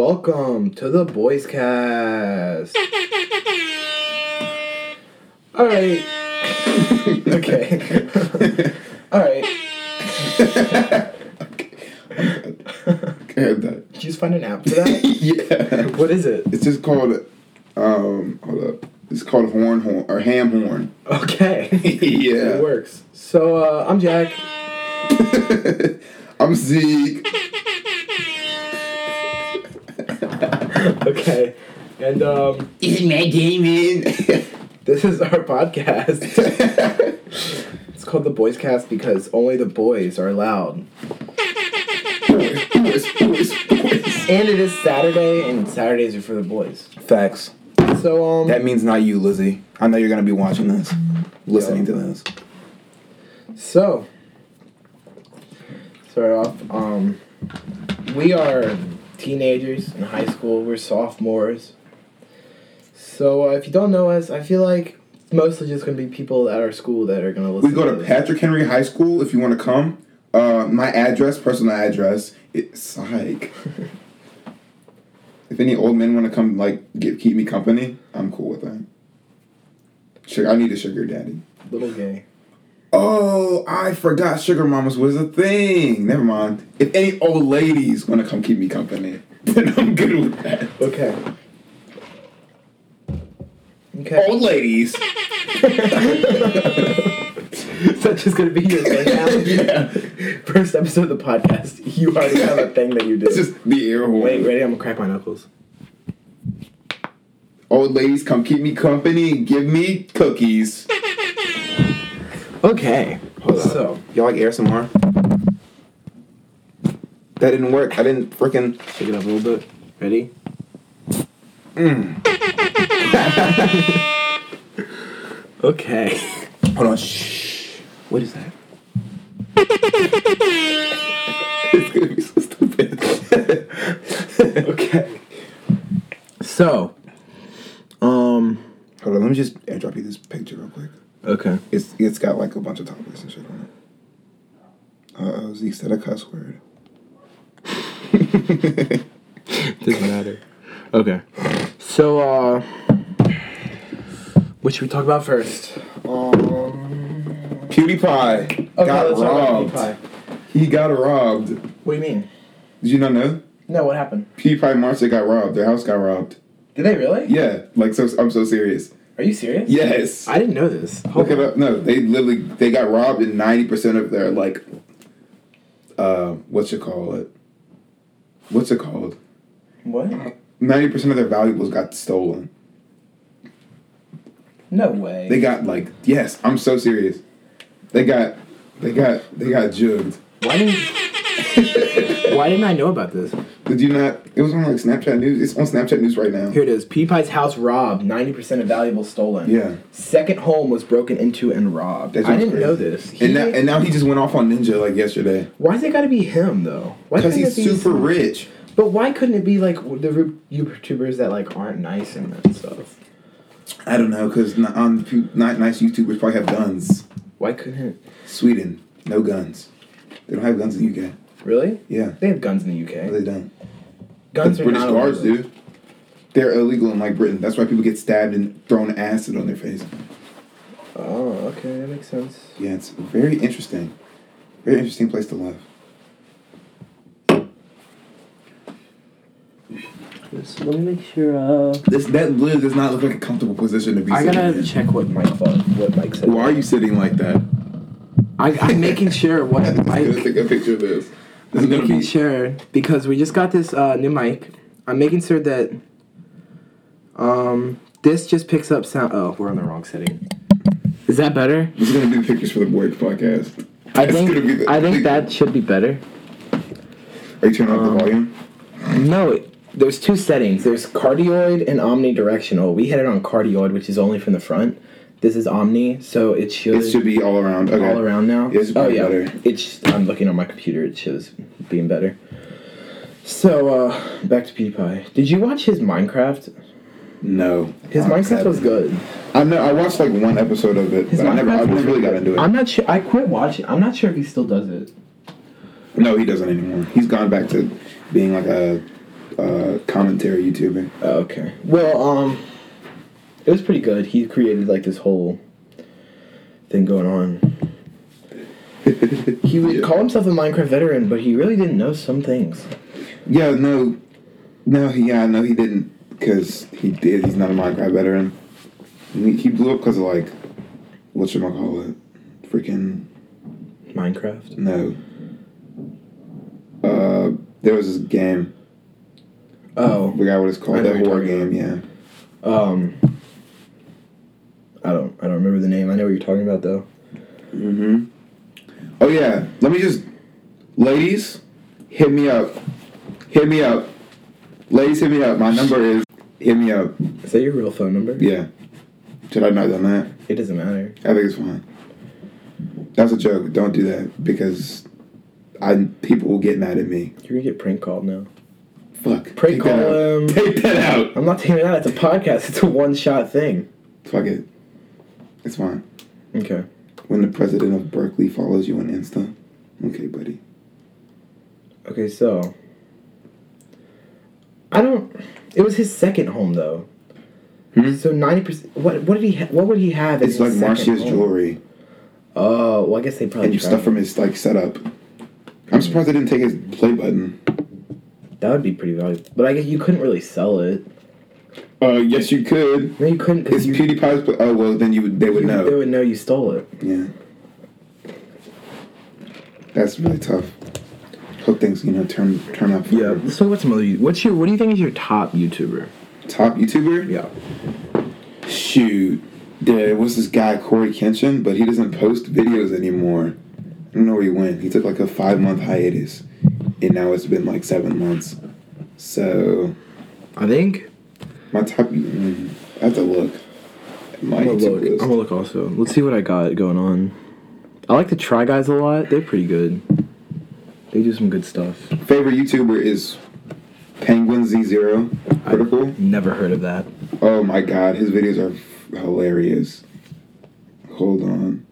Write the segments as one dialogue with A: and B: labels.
A: Welcome to the Boys Cast. All right. okay. All right.
B: I had that.
A: Did you just find an app for that?
B: yeah.
A: what is it?
B: It's just called, um, hold up. It's called horn horn or ham horn.
A: Okay. It
B: yeah.
A: works. So uh, I'm Jack.
B: I'm Zeke.
A: Okay. And um,
B: This is my gaming.
A: this is our podcast. It's called the Boys Cast because only the boys are allowed. And it is Saturday, and Saturdays are for the boys.
C: Facts.
A: So um,
C: That means not you, Lizzie. I know you're gonna be watching this,
A: Mm-hmm.
C: listening to this.
A: So, start off. Um, we are teenagers in high school. We're sophomores. So uh, if you don't know us, I feel like it's mostly just gonna be people at our school that are gonna listen.
B: we go to
A: this.
B: Patrick Henry High School if you want to come. Uh, my address, personal address, it's like. if any old men want to come, like, get, keep me company, I'm cool with that. Sugar, I need a sugar daddy.
A: Little gay.
B: Oh, I forgot sugar mamas was a thing. Never mind. If any old ladies want to come keep me company, then I'm good with that.
A: Okay. Okay.
B: Old ladies.
A: Is that just gonna be your thing now?
B: yeah.
A: First episode of the podcast. You already have a thing that you did.
B: It's just the air horn.
A: Wait, ready? I'm gonna crack my knuckles.
B: Old ladies come keep me company and give me cookies.
A: Okay. So,
C: Y'all like ASMR? That didn't work. I didn't freaking.
A: shake it up a little bit. Ready? Mm. Okay.
C: Hold on. Shh. What is that?
B: It's gonna be so stupid.
A: Okay. So, um,
B: Hold on, let me just airdrop you this picture real quick.
A: okay.
B: It's it's got like a bunch of topics and shit on it. Uh oh, Zeke said a cuss word.
A: Doesn't matter. Okay. So, uh, what should we talk about first? Um,
B: PewDiePie got
A: let's
B: robbed.
A: PewDiePie.
B: He got robbed. Did
A: What do you mean?
B: you not know?
A: No, what happened?
B: PewDiePie Marcia got robbed. Their house got robbed.
A: Did they really?
B: Yeah, like so. I'm so serious.
A: Are you serious?
B: Yes.
A: I didn't know this.
B: Look
A: Hold
B: it
A: on.
B: up. No, they literally they got robbed in ninety percent of their like, uh, what you call it? What's it called?
A: What?
B: Ninety percent of their valuables got stolen.
A: No way.
B: They got like yes. I'm so serious. They got they got they got jugged.
A: Why didn't Why didn't I know about this?
B: Did you not? It was on like Snapchat news. It's on Snapchat news right now.
A: Here it is. PewDiePie's house robbed. Ninety percent of valuables stolen.
B: Yeah.
A: Second home was broken into and robbed.
B: That
A: I
B: was
A: didn't
B: crazy.
A: know this. He,
B: And now, and now he just went off on Ninja like yesterday
A: why's it got to be him though? Why
B: because
A: couldn't
B: he's
A: it be
B: super
A: some-
B: rich.
A: But why couldn't it be like the Ru- YouTubers that like aren't nice and that stuff?
B: I don't know because not, on Pew- not nice YouTubers probably have guns.
A: Why couldn't?
B: Sweden, no guns. They don't have guns in the UK.
A: Really?
B: Yeah,
A: They have guns in the
B: no,
A: UK.
B: they don't.
A: Guns
B: The
A: are
B: British
A: not
B: guards
A: illegal.
B: do. They're illegal in like Britain. That's why people get stabbed and thrown acid on their face.
A: Oh, okay, that makes sense.
B: Yeah, it's very interesting. Very interesting place to live.
D: let me make sure. Uh,
B: This that live does not look like a comfortable position to be.
D: I
B: sitting
D: gotta
B: in.
D: check what Mike thought.
A: What Mike said.
B: Why are you sitting like that?
D: I, I'm making sure what
B: I'm gonna
D: Mike.
B: take a picture of this. This is
D: I'm
B: gonna
D: making
B: be.
D: sure because we just got this uh, new mic. I'm making sure that um this just picks up sound. Oh, we're on the wrong setting. Is that better?
B: This is gonna be the pictures for the boy podcast.
D: I
B: That's gonna be
D: think
B: the-
D: I think that um, should be better.
B: Are you turning off the volume?
A: No, it- there's two settings. There's cardioid and omnidirectional. We had it on cardioid, which is only from the front. This is omni, so it shows
B: It should be all around. Okay.
A: all around now.
B: It's
A: oh
B: probably
A: yeah,
B: better.
A: it's. I'm looking on my computer. It shows being better. So uh, back to PewDiePie. Did you watch his Minecraft?
B: No.
A: His
B: Not
A: Minecraft was
B: happening.
A: good.
B: I know. I watched like one episode of it,
A: His
B: but I never,
A: Minecraft
B: I
A: was
B: never really got into it.
A: I'm not sure. I quit watching. I'm not sure if he still does it.
B: no, he doesn't anymore. He's gone back to being like a uh, commentary YouTuber.
E: Oh, Okay. Well, um, it was pretty good. He created like this whole thing going on. he would call himself a Minecraft veteran, but he really didn't know some things.
B: Yeah, no, no, he- yeah, no, he didn't, because he did. He's not a Minecraft veteran. He, he blew up because of like, what should I call it? Freaking
E: Minecraft.
B: no. Uh, there was this game. I
E: Oh,
B: forgot what it's
E: I
B: called.
E: know
B: That
E: what you're
B: horror
E: talking
B: game. Yeah.
E: um, I don't, I don't remember the name. I know what you're talking about though.
B: Mm-hmm. Oh yeah. Let me just, ladies, hit me up. Hit me up. Ladies, hit me up. My number is. Hit me up.
E: Is that your real phone number?
B: Yeah. Should I not done that?
E: It doesn't matter.
B: I think it's fine. That's a joke. Don't do that because I people will get mad at me.
E: You're gonna get prank called now.
B: Fuck.
E: Prank
B: Take that
E: call
B: out.
E: him.
B: Take that out.
E: I'm not taking it out. It's a podcast. It's a one shot thing.
B: Fuck it. It's fine.
E: Okay.
B: When the president of Berkeley follows you on Insta. Okay, buddy.
E: Okay, so I don't. It was his second home though.
B: Hmm?
E: So ninety percent. What what did he? Ha- what would he have? in
B: It's
E: his
B: like
E: second
B: Marcia's
E: home?
B: jewelry
E: Oh, well, I guess they probably
B: and
E: tried
B: stuff from
E: it.
B: his like setup. I'm surprised they didn't take his play button.
E: That would be pretty valuable, but I guess you couldn't really sell it.
B: Uh, yes, you could.
E: No, you couldn't
B: It's
E: you,
B: PewDiePie's. Play- oh well, then you would. They would
E: you- They
B: know.
E: would know you stole it.
B: Yeah. That's really tough. Hope things, you know, turn turn up. for her.
A: So what's another? What's your? What do you think is your top YouTuber?
B: Top YouTuber?
A: Yeah.
B: Shoot. There was this guy, Corey Kenshin, but he doesn't post videos anymore. I don't know where he went. He took like a five month hiatus. And now it's been like seven months. So
A: I think
B: my top mm, I have to look. at My
A: I'm gonna
B: YouTube
A: look. I'm
B: list.
A: gonna look also. Let's see what I got going on. I like the Try Guys a lot. They're pretty good. They do some good stuff.
B: Favorite YouTuber is Penguin Z0 Critical.
A: Never heard of that.
B: Oh my god, his videos are hilarious. Hold on.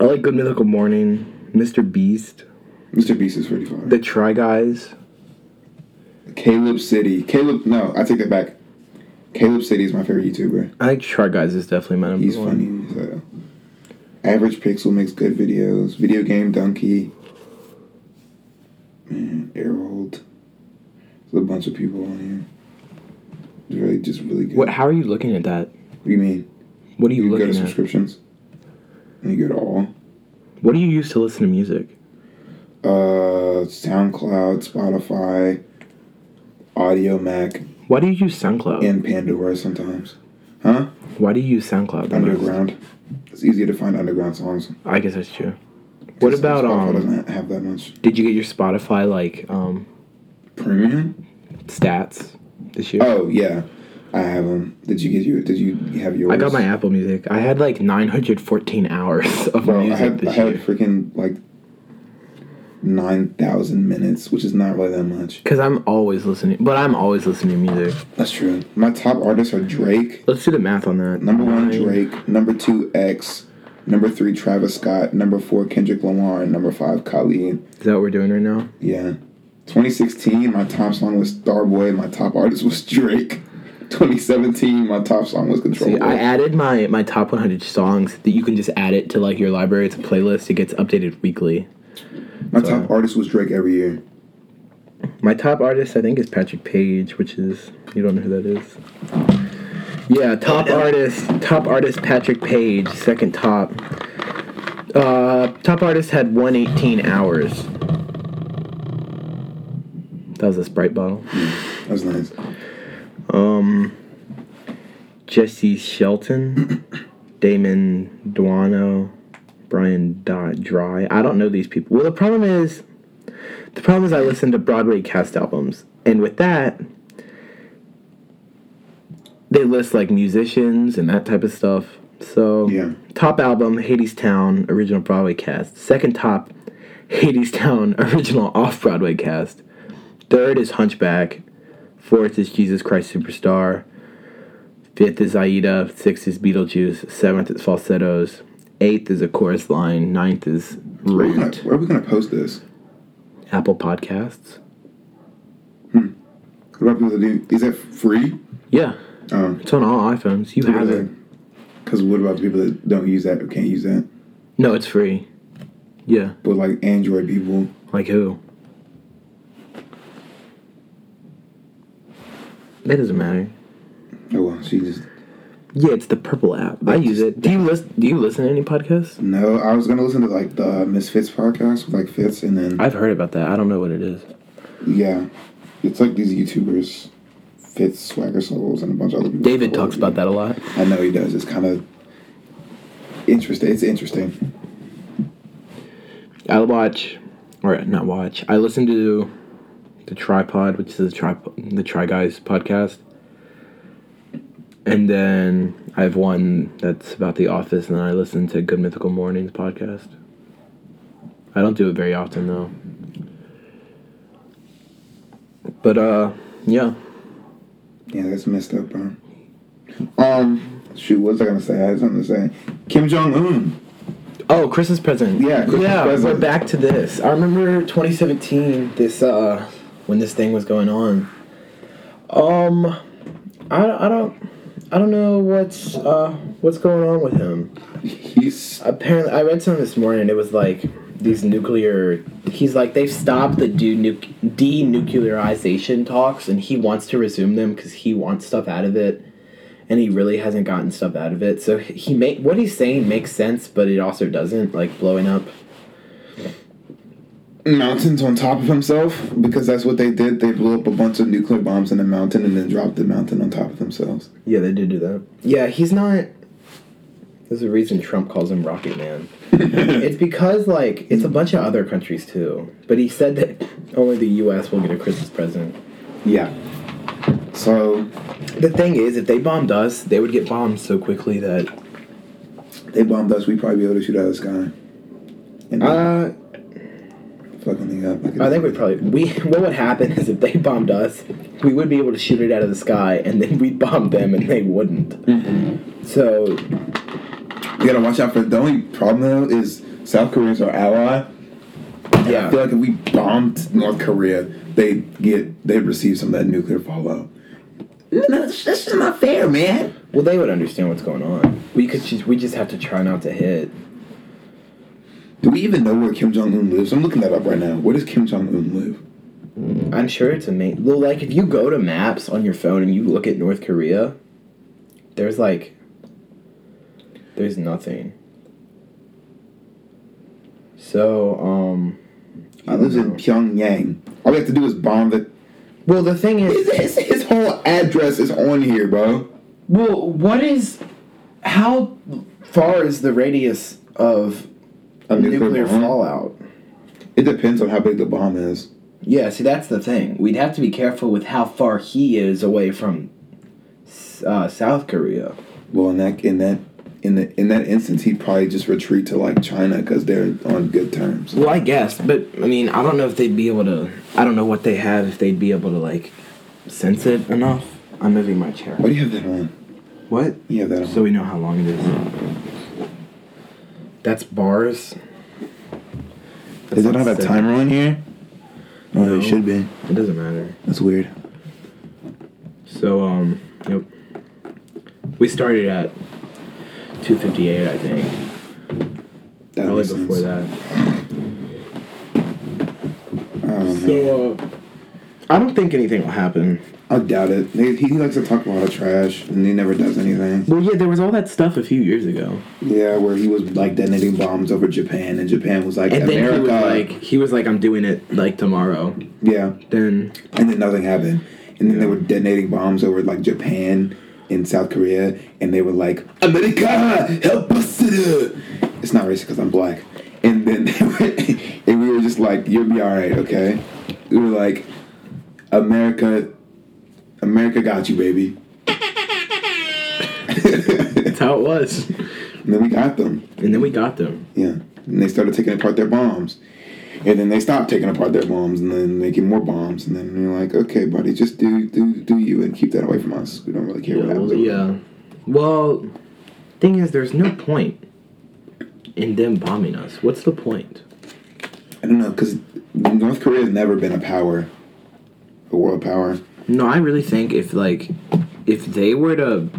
A: I like Good Mythical Morning, Mr. Beast,
B: Mr. Beast is pretty fire.
A: the Try Guys.
B: Caleb City. Caleb, no, I take that back. Caleb City is my favorite YouTuber.
A: I think Try Guys is definitely my number
B: He's
A: one.
B: funny. So. Average Pixel makes good videos. Video Game Donkey. Man, Airhold. There's a bunch of people on here. It's really, just really good.
A: What? How are you looking at that?
B: What do you mean?
A: What are you,
B: You go to
A: looking at?
B: subscriptions. And you go to all.
A: What do you use to listen to music?
B: Uh, SoundCloud, Spotify, Audio Mac,
A: Why do you use SoundCloud?
B: and Pandora sometimes. Huh?
A: Why do you use SoundCloud? the most?
B: Underground. It's easier to find underground songs.
A: I guess that's true. What about
B: Spotify
A: um?
B: Doesn't have that much
A: Did you get your Spotify like um
B: premium.
A: stats this year?
B: Oh yeah, I have them. Did you get you? Did you have yours?
A: I got my Apple Music. I had like 914 hours of
B: Bro, I
A: music
B: had I
A: this
B: had
A: year.
B: freaking like nine thousand minutes, which is not really that much.
A: Cause I'm always listening, but I'm always listening to music.
B: That's true. My top artists are Drake,
A: Let's do the math on that.
B: Number one,
A: Nine-
B: Drake. Number two, X. Number three, Travis Scott. Number four, Kendrick Lamar. And number five, Khalid.
A: Is that what we're doing right now?
B: Yeah. 2016, my top song was Starboy. My top artist was Drake. 2017, my top song was Control.
A: See, I
B: Boy.
A: added my my top 100 songs that you can just add it to like your library. It's a playlist. It gets updated weekly.
B: my top artist was Drake every year.
A: My top artist, I think, is Patrick Page, which is you don't know who that is. Yeah, top artist, top artist Patrick Page, second top. Uh, top artist had 118 hours. That was a Sprite bottle.
B: That was nice.
A: Um, Jesse Shelton, Damon Duano, Brian Dot Dry. I don't know these people. Well, the problem is, the problem is I listen to Broadway cast albums, and with that, they list like musicians and that type of stuff. So,
B: Yeah.
A: top album Hades Town original Broadway cast. Second top Hades Town original off Broadway cast. Third is Hunchback. Fourth is Jesus Christ Superstar. Fifth is Aida. Sixth is Beetlejuice. Seventh is Falsettos. Eighth is A Chorus Line. Ninth is
B: Where are we gonna-
A: Root.
B: where are we going to post this?
A: Apple Podcasts.
B: What about people that do? Is that free?
F: Yeah,
B: Oh,
F: it's on all iPhones. You have it.
B: Because what about the people that don't use that or can't use that?
F: No, it's free. Yeah,
B: But like Android people,
F: like who? That doesn't matter.
B: oh well, she just
F: Yeah, it's the purple app. I use it. Do you listen? Do you listen to any podcasts?
B: no. I was gonna listen to like the Misfits podcast with like Fitz, and then
F: I've heard about that. I don't know what it is.
B: yeah, it's like these YouTubers, Fitz, Swagger Souls, and a bunch of other people.
F: David talks about that a lot.
B: I know he does. It's kind of interesting. It's interesting.
F: I watch, or not watch. I listen to the Tripod, which is the tri the Try Guys podcast, and then I have one that's about The Office, and then I listen to Good Mythical Mornings podcast. I don't do it very often though. But uh, yeah.
B: Yeah, that's messed up, bro. Um, shoot, what was I gonna say? I had something to say. Kim Jong Un.
F: Oh, Christmas present.
B: Yeah, Christmas
F: yeah. We're
B: present.
F: back to this.
A: I remember 2017, this uh, when this thing was going on. Um, I, I don't I don't know what's uh what's going on with him.
B: He's
A: Apparently, I read something this morning. It was like these nuclear. He's like they've stopped the do nuc- denuclearization talks, and he wants to resume them because he wants stuff out of it, and he really hasn't gotten stuff out of it. So he make what he's saying makes sense, but it also doesn't. Like blowing up.
B: mountains on top of himself because that's what they did. They blew up a bunch of nuclear bombs in a mountain and then dropped the mountain on top of themselves.
A: Yeah, they did do that. Yeah, he's not. There's a reason Trump calls him Rocket Man.
B: Hmm.
A: it's because like it's a bunch of other countries too. But he said that only the U.S. will get a Christmas present.
B: Yeah. So
A: The thing is, if they bombed us, they would get bombed so quickly that.
B: they bombed us. We'd probably be able to shoot out of the sky. And
A: Uh,
B: fucking thing up.
A: I think we probably we what would happen is if they bombed us, we would be able to shoot it out of the sky, and then we'd bomb them, and they wouldn't. So
B: we gotta watch out for. The only problem though is South Korea's our ally. I feel
A: yeah,
B: like if we bombed North Korea, they get they'd receive some of that nuclear fallout. No, that's that's just not fair, man.
A: well they would understand what's going on. We could just we just have to try not to hit.
B: Do we even know where Kim Jong Un lives? I'm looking that up right now. Where does Kim Jong Un live?
A: I'm sure it's amazing. Well, like if you go to maps on your phone and you look at North Korea, there's like there's nothing. So um,
B: He lives in Pyongyang. All we have to do is bomb the.
A: well the thing
B: His,
A: is,
B: his, his whole address is on here, bro.
A: well, what is how far is the radius of
B: A
A: nuclear,
B: bomb.
A: fallout?
B: It depends on how big the bomb is.
A: Yeah, see that's the thing. We'd have to be careful with how far he is away from S- uh, South Korea.
B: Well, in that in that in the in that instance, he'd probably just retreat to like China because they're on good terms.
A: Well, I guess, but I mean, I don't know if they'd be able to. I don't know what they have if they'd be able to like sense it enough. I'm moving my chair.
B: Why do you have that on?
A: What?
B: You have that on.
A: So we know how long it is. That's bars.
B: Does it not have a timer on here? Oh,
A: No.
B: it should be.
A: It doesn't matter.
B: That's weird.
A: So um, yep. We started at 2:58, I think.
B: That
A: Probably
B: makes
A: before
B: sense.
A: that.
B: Um,
A: So uh, I don't think anything will happen.
B: I doubt it. He, he likes to talk a lot of trash, and he never does anything.
A: Well, yeah, there was all that stuff a few years ago.
B: Yeah, where he was like detonating bombs over Japan, and Japan was like
A: And then
B: America.
A: he was like, he was like, I'm doing it like tomorrow.
B: yeah,
A: Then
B: and then nothing happened. And then they were detonating bombs over like Japan and South Korea, and they were like, America, help us! It's not racist because I'm black. And then they were, and we were just like, you'll be all right, okay? We were like, America, America got you, baby.
A: that's how it was.
B: And then we got them.
A: And then we got them.
B: Yeah. And they started taking apart their bombs. And then they stopped taking apart their bombs and then making more bombs. And then you're like, okay, buddy, just do do do you and keep that away from us. We don't really care what happens.
A: Well, yeah. uh, Well, thing is, there's no point in them bombing us. What's the point?
B: I don't know, because North Korea has never been a power, a world power.
A: No, I really think if like if they were to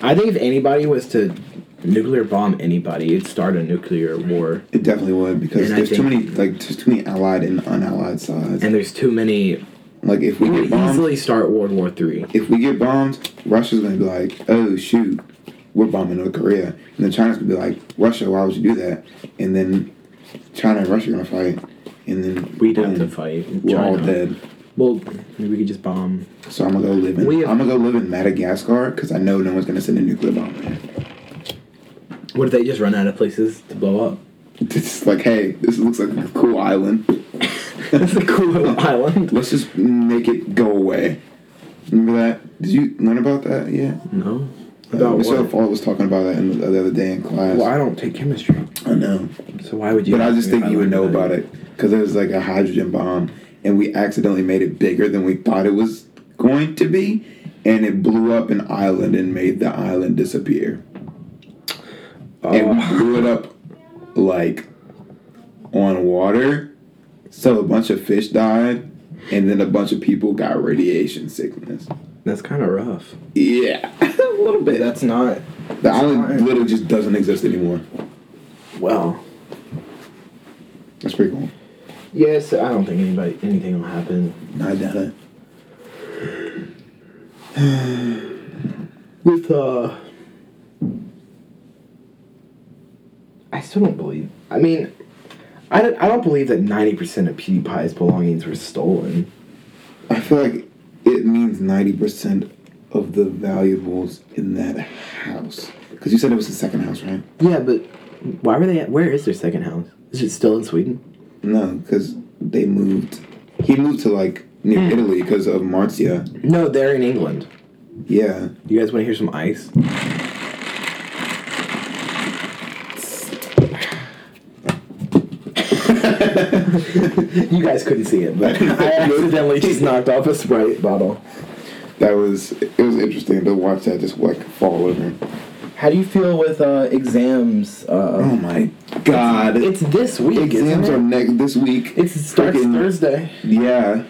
A: I think if anybody was to nuclear bomb anybody, it'd start a nuclear war.
B: It definitely would because
A: And I
B: there's too
A: think-
B: many like there's too many allied and unallied sides.
A: And there's too many
B: like if we
A: we
B: get
A: could
B: bombed,
A: easily start World War Three.
B: if we get bombed, Russia's gonna be like, oh shoot, we're bombing North Korea, and then China's gonna be like, Russia, why would you do that? And then China and Russia are gonna fight, and then
A: We'd have
B: boom,
A: to fight.
B: We're all
A: China.
B: dead.
A: Well, maybe we could just bomb
B: So I'm gonna go live in.
A: We have-
B: I'm gonna go live in Madagascar because I know no one's gonna send a nuclear bomb. there.
A: what if they just run out of places to blow up?
B: It's just like, hey, this looks like a cool island.
A: That's a cool little island.
B: Let's just make it go away. Remember that? Did you learn about that? Yeah.
A: No.
B: Uh,
A: About
B: Michelle
A: what?
B: Fall was talking about that in the, the other day in class.
A: Well, I don't take chemistry,
B: I know.
A: so why would you?
B: But I
A: ask
B: just
A: me if
B: think you would
A: learned
B: know about it because it was like a hydrogen bomb, and we accidentally made it bigger than we thought it was going to be, and it blew up an island and made the island disappear. And
A: Oh,
B: we blew it up like on water, so a bunch of fish died, and then a bunch of people got radiation sickness.
A: That's kind of rough.
B: Yeah, a little bit.
E: That's not.
B: the island literally just doesn't exist anymore.
A: Well,
B: That's pretty cool.
A: yes, I don't think anybody anything will happen.
B: I doubt it.
A: With uh, I still don't believe. I mean, I don't, I don't believe that ninety percent of PewDiePie's belongings were stolen.
B: I feel like it means ninety percent of the valuables in that house. Because you said it was the second house, right?
A: Yeah, but why were they? At, where is their second house? Is it still in Sweden?
B: No, because they moved. He moved to like near
A: Hmm.
B: Italy because of Marzia.
A: No, they're in England.
B: Yeah,
A: You guys want to hear some ice? you guys couldn't see it, but I accidentally just knocked off a Sprite bottle.
B: that was it. Was interesting to watch that just like fall over.
E: How do you feel with uh, exams? Uh,
B: Oh my god!
A: It's this week,
B: exams
A: isn't
B: are
A: it?
B: next this week.
A: It starts
B: Freaking-
A: Thursday.
B: Yeah.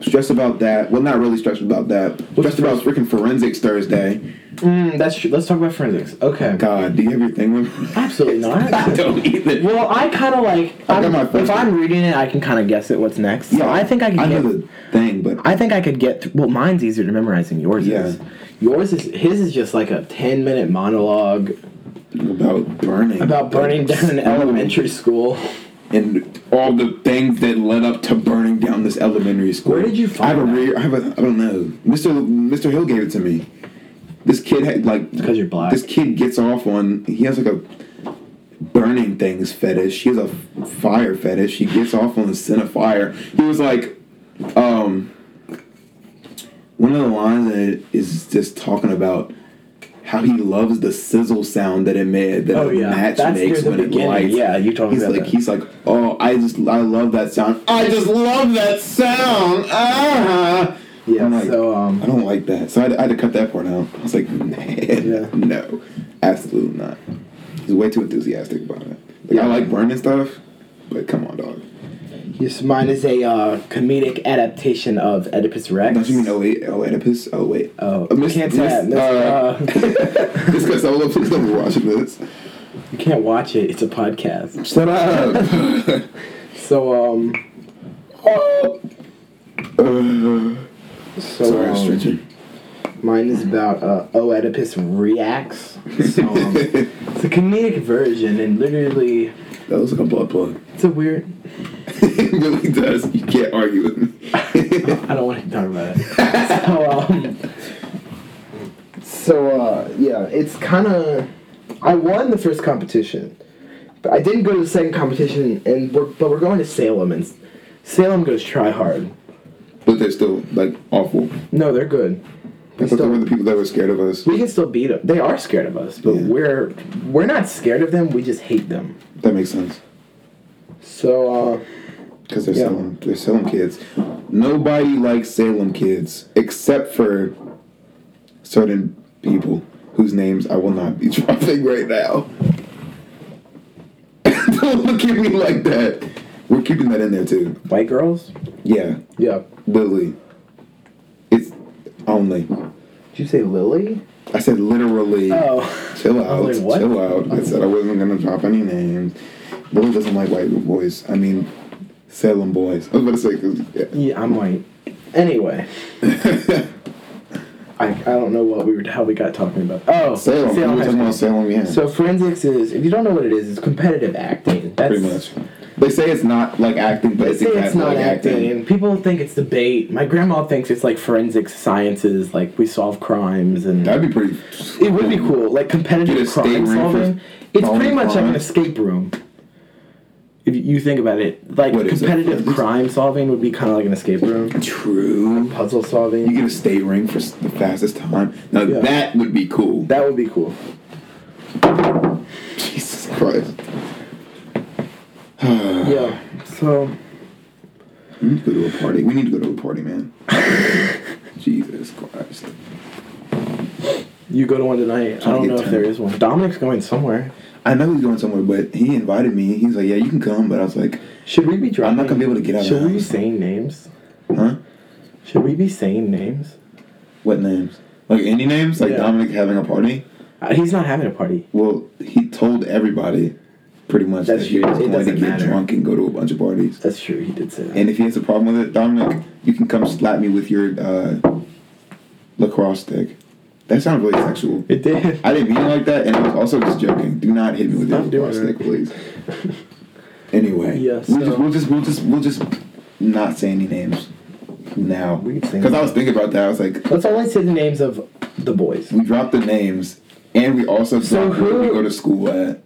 B: Stressed about that. Well, not really stressed about that. stressed about freaking forensics Thursday.
A: Mm, that's true. Let's talk about forensics. Okay.
B: God, do you have your thing with?
A: Absolutely
B: I
A: not.
B: don't either.
A: Well, I kind of like.
B: I got
A: I'm-
B: my
A: if
B: first
A: I'm reading it, I can kind of guess at what's next. Yeah, I think I can.
B: I
A: get-
B: know the thing, but
A: I think I could get through. Well, mine's easier to memorize than yours
B: Yeah.
A: is. Yours is his is just like a ten minute monologue
B: about burning.
A: about burning down an elementary school.
B: and all the things that led up to burning down this elementary school.
A: Where did you
B: I have
A: find
B: a
A: that?
B: re- I have a. I don't know. Mister Mister Hill gave it to me. This kid had like
A: Because you're black.
B: this kid gets off on he has like a burning things fetish he has a f- fire fetish he gets off on the scent of fire he was like um one of the lines that is just talking about how he loves the sizzle sound that it made that
A: Oh,
B: a
A: yeah.
B: match
A: That's near
B: makes
A: the
B: when it
A: beginning.
B: lights
A: Yeah, you told me
B: he's
A: about
B: like
A: that.
B: he's like oh i just i love that sound i just love that sound ah!
A: Yeah.
B: I'm like,
A: so um.
B: I don't like that. So I had, I had to cut that part out. I was like, man, no, absolutely not. He's way too enthusiastic about it. Like,
A: Yeah.
B: I like burning stuff, but come on, dog.
A: Yes, mine is a uh, comedic adaptation of Oedipus Rex.
B: Don't you mean oh wait, oh Oedipus? Oh wait,
A: Oh,
B: Uh, Miss-
A: you can't
B: Miss-
A: tell. Miss-
B: uh, Miss Costello, please don't be watching this.
A: you can't watch it. It's a podcast.
B: Shut up.
A: So um.
B: Uh,
A: So,
B: Oh. sorry, I'm
A: um,
B: stretching.
A: Mine is about uh, O Oedipus reacts. So, um, it's a comedic version, and literally,
B: That looks like a blood plug.
A: it's a weird.
B: it really does. You can't argue with me.
A: I don't want to talk about it. so, um,
E: so uh, yeah, it's kind of.
A: I won the first competition, but I didn't go to the second competition. And we're, but we're going to Salem, and Salem goes try hard.
B: but they're still like awful.
A: No, they're good.
B: I thought they
A: still-
B: were the people that were scared of us.
A: We can still beat them. They are scared of us, but
B: Yeah.
A: we're we're not scared of them. We just hate them.
B: That makes sense.
A: So uh,
B: Because they're
A: Yeah.
B: Salem, they're Salem kids. Nobody likes Salem kids except for certain people whose names I will not be dropping right now. Don't look at me like that. We're keeping that in there too.
A: white girls.
B: Yeah,
A: Yeah.
B: Lily. only.
G: Did you say Lily?
B: I said literally.
G: Oh.
B: Chill
A: I
B: out.
A: was like, what?
B: Chill out. I said I wasn't gonna drop any names. Lily doesn't like white boys. I mean, Salem boys. I was about to say. 'cause- yeah.
A: Yeah, I'm white. Anyway, I, I don't know what we were how we got talking about. Oh,
B: Salem. we were
A: High
B: talking about
A: School.
B: Salem, yeah.
A: So forensics is if you don't know what it is, it's competitive acting. That's,
B: Pretty much. They say it's not like acting, but
A: They
B: it's
A: say
B: exactly
A: it's not
B: like
A: acting,
B: acting.
A: and people think it's debate. My grandma thinks it's like forensic sciences, like we solve crimes and.
B: That'd be pretty.
A: it would be cool, like
B: Get
A: competitive
B: a state
A: crime
B: room for
A: solving. It's
B: solving
A: pretty much like an
B: crime.
A: escape room. If you think about it, like
B: What is it?
A: competitive
B: What is-
A: crime solving would be kind of like an escape room.
B: True.
A: Puzzle
B: You
A: solving.
B: get a state ring for s- the fastest time. Now
A: Yeah.
B: that would be cool.
A: That would be cool.
B: Jesus Christ.
A: Yeah. So
B: We need to go to a party. We need to go to a party, man. Jesus Christ.
A: you go to one tonight. I
B: Trying
A: don't
B: to
A: know if
B: get ten.
A: there is one. Dominic's going somewhere.
B: I know he's going somewhere, but he invited me. He's like, yeah, you can come. But I was like,
A: Should we be driving?
B: I'm not gonna be able to get out of
A: Should
B: the
A: we be
B: house.
A: saying names?
B: huh?
A: Should we be saying names?
B: What names? Like any names? Like
A: Yeah.
B: Dominic having a party?
A: Uh, he's not having a party.
B: Well, he told everybody pretty much
A: That's
B: that he
A: true.
B: was
A: It
B: going to
A: doesn't
B: get
A: matter.
B: drunk and go to a bunch of parties.
A: That's true. He did say that.
B: And if he has a problem with it, Dominic, you can come slap me with your uh, lacrosse stick. That sounds really sexual.
A: it did.
B: I didn't mean it like that, and I was also just joking. Do not hit me with your
A: Stop doing it.
B: lacrosse stick, please. Anyway,
A: Yeah,
B: we'll, just,
A: so-
B: we'll just we'll just we'll just not say any names now.
A: We can say
B: Because I was thinking about that. I was like,
A: Let's only say the names of the boys.
B: we dropped the names, and we also
A: So
B: said where we
A: who-
B: go to school at.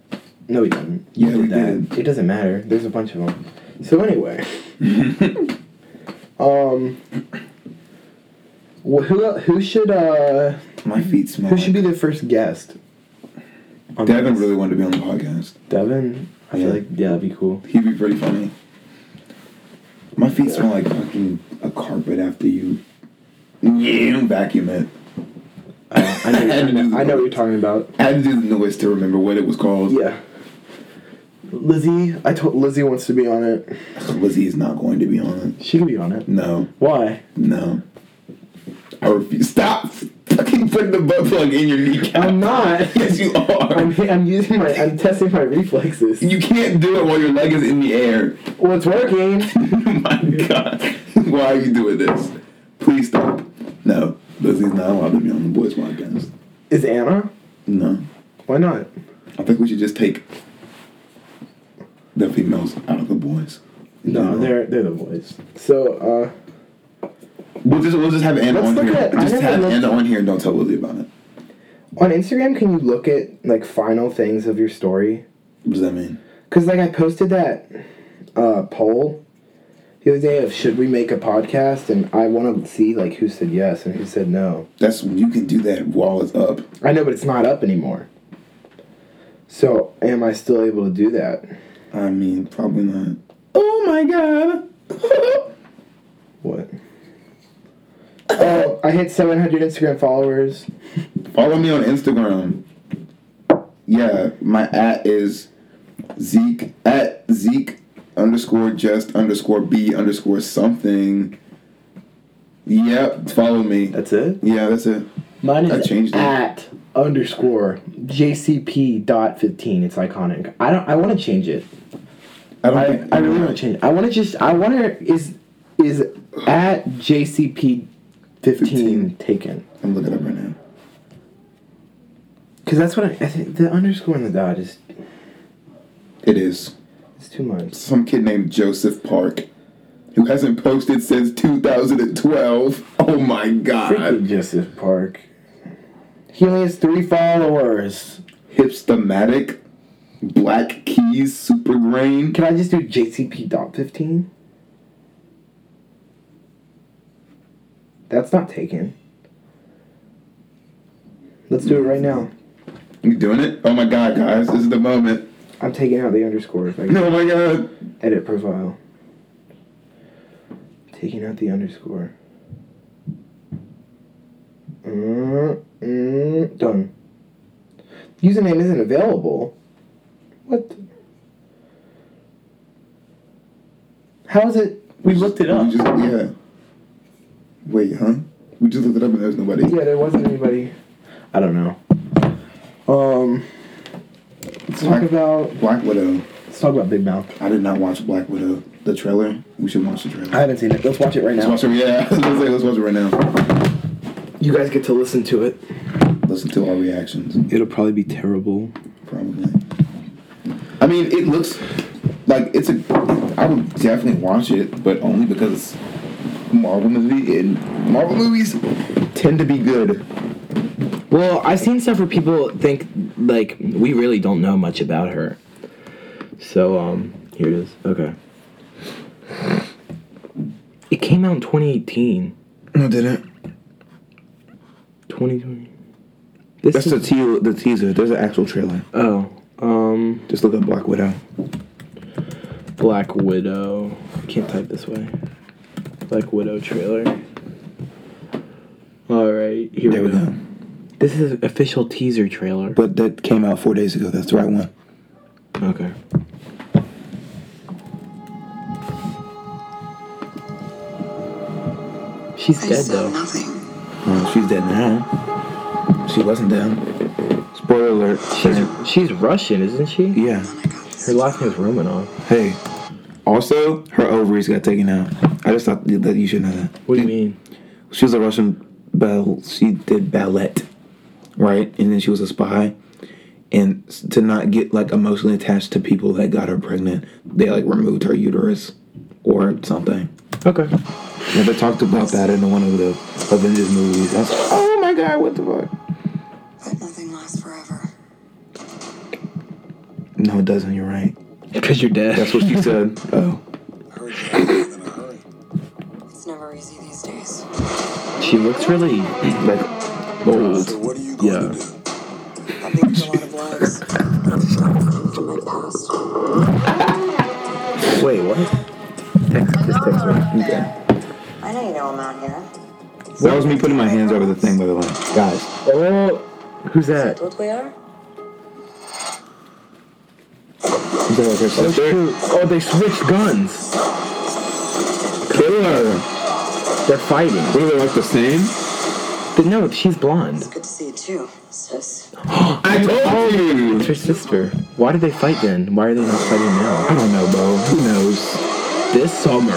A: No, we didn't. You
B: Yeah,
A: did
B: we
A: that.
B: did.
A: It doesn't matter. There's a bunch of them. So anyway, um, wh- who who should uh
B: My feet smell.
A: who should be the first guest? on
B: Devin
A: this?
B: really wanted to be on the podcast.
A: Devin. I
B: Yeah.
A: feel like yeah, that'd be cool.
B: He'd be pretty funny. My feet smell like fucking a carpet after you, you vacuum it.
A: Uh, I know.
B: I
A: You're talking
B: had to do
A: about, I
B: the
A: know what you're
B: noise.
A: talking about.
B: I had to do the noise to remember what it was called.
A: Yeah. Lizzie, I told Lizzie wants to be on it.
B: Lizzie is not going to be on it.
A: She can be on it.
B: No,
A: Why?
B: no. I refuse. Stop fucking putting the butt plug in your kneecap.
A: I'm not.
B: Yes, you are.
A: I'm, I'm using my. I'm testing my reflexes.
B: you can't do it while your leg is in the air.
A: well, it's working.
B: oh my god. Why are you doing this? Please stop. No, Lizzie's not allowed to be on the boys' podcast.
A: Is Anna?
B: No.
A: Why not?
B: I think we should just take the females out of the boys.
A: No, they're they're the boys. So uh,
B: We'll just we'll just have Anna
A: Let's
B: on
A: look
B: here.
A: at- I
B: just
A: never
B: have
A: looked-
B: Anna on here and don't tell Lizzie about it.
A: on Instagram, can you look at like final things of your story?
B: What does that mean?
A: Cause like I posted that uh, poll the other day of should we make a podcast, and I want to see like who said yes and who said no.
B: That's you can do that while it's up.
A: I know, but it's not up anymore. So am I still able to do that?
B: I mean, probably not. Oh my god.
A: What? Oh, I hit 700 Instagram followers.
B: Follow me on Instagram. Yeah, my at is Zeke at Zeke underscore just underscore B underscore something. Yep, follow me.
A: That's it.
B: Yeah, that's it.
A: Mine
B: I
A: is
B: changed it.
A: at underscore jcp dot fifteen. It's iconic. I don't. I want to change it.
B: I don't.
A: I,
B: think,
A: I really want to change it. I want to just. I want to is is at jcp fifteen
B: 15.
A: taken?
B: I'm looking it up right now.
A: Because that's what I, I think. The underscore and the dot is
B: It is
A: it's too much.
B: some kid named Joseph Park, who hasn't posted since 2012. Oh my
A: Freaking
B: god.
A: Joseph Park. He only has three followers.
B: Hipstomatic, Black Keys, Super Grain.
A: Can I just do jcp dot fifteen? That's not taken. Let's do it right now.
B: You doing it? Oh my god, guys, this is the moment.
A: I'm taking out the underscore if I can
B: Oh my god.
A: edit profile. Taking out the underscore. Mm,
H: Mm-hmm.
A: mm, done. Username isn't available. What? the- How is it? We looked it
B: You just, yeah. Wait, huh?
I: We just looked it up and there was nobody.
H: Yeah, there wasn't anybody.
A: I don't know.
H: Um, let's talk
I: Black-
H: about
I: Black Widow.
H: let's talk about Big Mouth.
I: I did not watch Black Widow. The trailer. We should watch the trailer.
H: I haven't seen it. Let's watch it right
I: let's
H: now.
I: watch it. Yeah, I was gonna say let's watch it right now.
H: You guys get to listen to it.
I: Listen to our reactions.
A: It'll probably be terrible.
I: Probably. I mean, it looks like it's a. I would definitely watch it, but only because it's a Marvel movie and Marvel movies tend to be good.
A: Well, I've seen stuff where people think like we really don't know much about her. So um, here it is. Okay. It came out in 2018.
B: No, did it?
A: 2020. This
B: That's
A: is,
B: the te- the teaser. There's an actual trailer.
A: oh, um,
B: Just look up Black Widow.
A: Black Widow. I can't type this way. Black Widow trailer. All right, here
B: There
A: we
B: we
A: go.
B: go.
A: This is official teaser trailer.
B: But that came out four days ago. That's the right one.
A: Okay. She's
J: I
A: dead
J: saw
A: though.
J: nothing.
B: Well, she's dead now. She wasn't dead. Spoiler alert.
A: She's she's Russian, isn't she?
B: yeah.
J: When I got this.
A: Her last name's Romanov.
B: Hey. Also, her ovaries got taken out. I just thought that you should know that.
A: What do you mean?
B: She was a Russian ball. She did ballet, right? And then she was a spy. And s- to not get like emotionally attached to people that got her pregnant, they like removed her uterus or something.
A: Okay.
B: Yeah, they talked about that in one of the Avengers movies. I was like, oh my god, what the fuck?
J: But nothing lasts forever.
B: No, it doesn't. You're right.
A: Because you're dead.
B: That's what she said. Oh,
K: Hurry, get out of in a hurry.
J: It's never easy these days.
A: she looks really like
K: So
A: old.
K: what are you going
A: Yeah.
K: to do?
J: I've lived a lot of lives. In my past.
A: Wait, what?
J: I know you know I'm out here.
B: that was me putting my hands over the thing. By the way, guys,
A: Oh, who's that?
J: What we are?
B: is that like her
A: Oh,
B: sister?
A: shoot. oh, they switched guns.
B: Kill her.
A: They're fighting.
B: What are they like the same?
A: But no, she's blonde.
J: Good to see you too, sis.
B: I told you.
A: It's her sister. Why did they fight then? Why are they not fighting
B: I
A: now?
B: don't know, bro. Who knows?
A: This summer.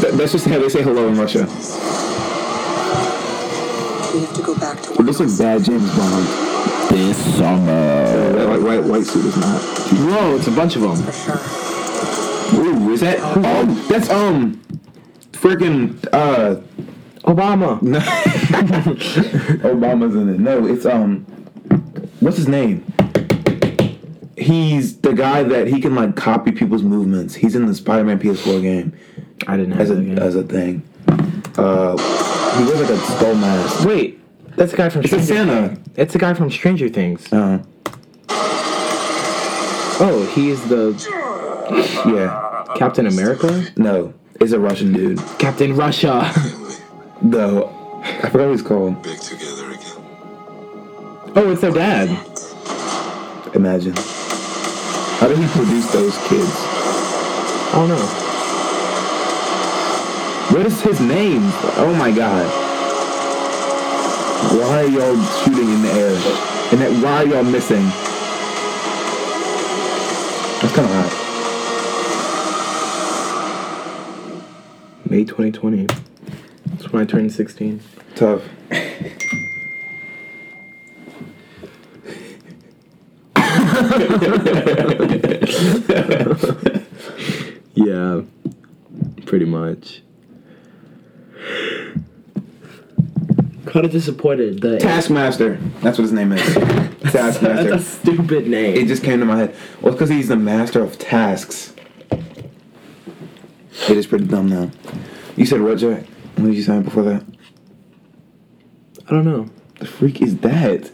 B: That, that's just how they say hello in Russia.
J: We have to go back to
B: It looks like bad James Bond.
A: This summer.
B: That like white white suit is not.
A: Whoa, it's a bunch of them.
J: for sure.
B: Ooh, is that? Oh, that's um, freaking uh,
A: Obama.
B: no. Obama's in it. No, it's um, what's his name? He's the guy that he can like copy people's movements. He's in the Spider-Man PS4 game
A: I didn't have
B: as a
A: that game.
B: as a thing. Uh, he wears like a skull mask.
A: Wait, that's a guy from.
B: It's a Santa.
A: It's a guy from Stranger Things.
B: Uh,
A: Oh, he is the
B: yeah.
A: Captain America.
B: No, it's a Russian dude.
A: Captain Russia.
K: Family,
B: Though, I forgot what he's called.
K: back together again.
A: Oh, it's their dad.
B: Imagine. How did he produce those kids?
A: Oh no.
B: What is his name? Oh my god. Why are y'all shooting in the air? And that, why are y'all missing? That's kind of hot.
A: May 2020. That's when I turned 16.
B: Tough.
A: Yeah, pretty much. Kind of disappointed that
B: Taskmaster. That's what his name is.
A: that's a
B: Taskmaster.
A: stupid name.
B: It just came to my head. Well, because he's the master of tasks. It is pretty dumb now. You said what, Jack? What did you say before that?
A: I don't know.
B: The freak is that?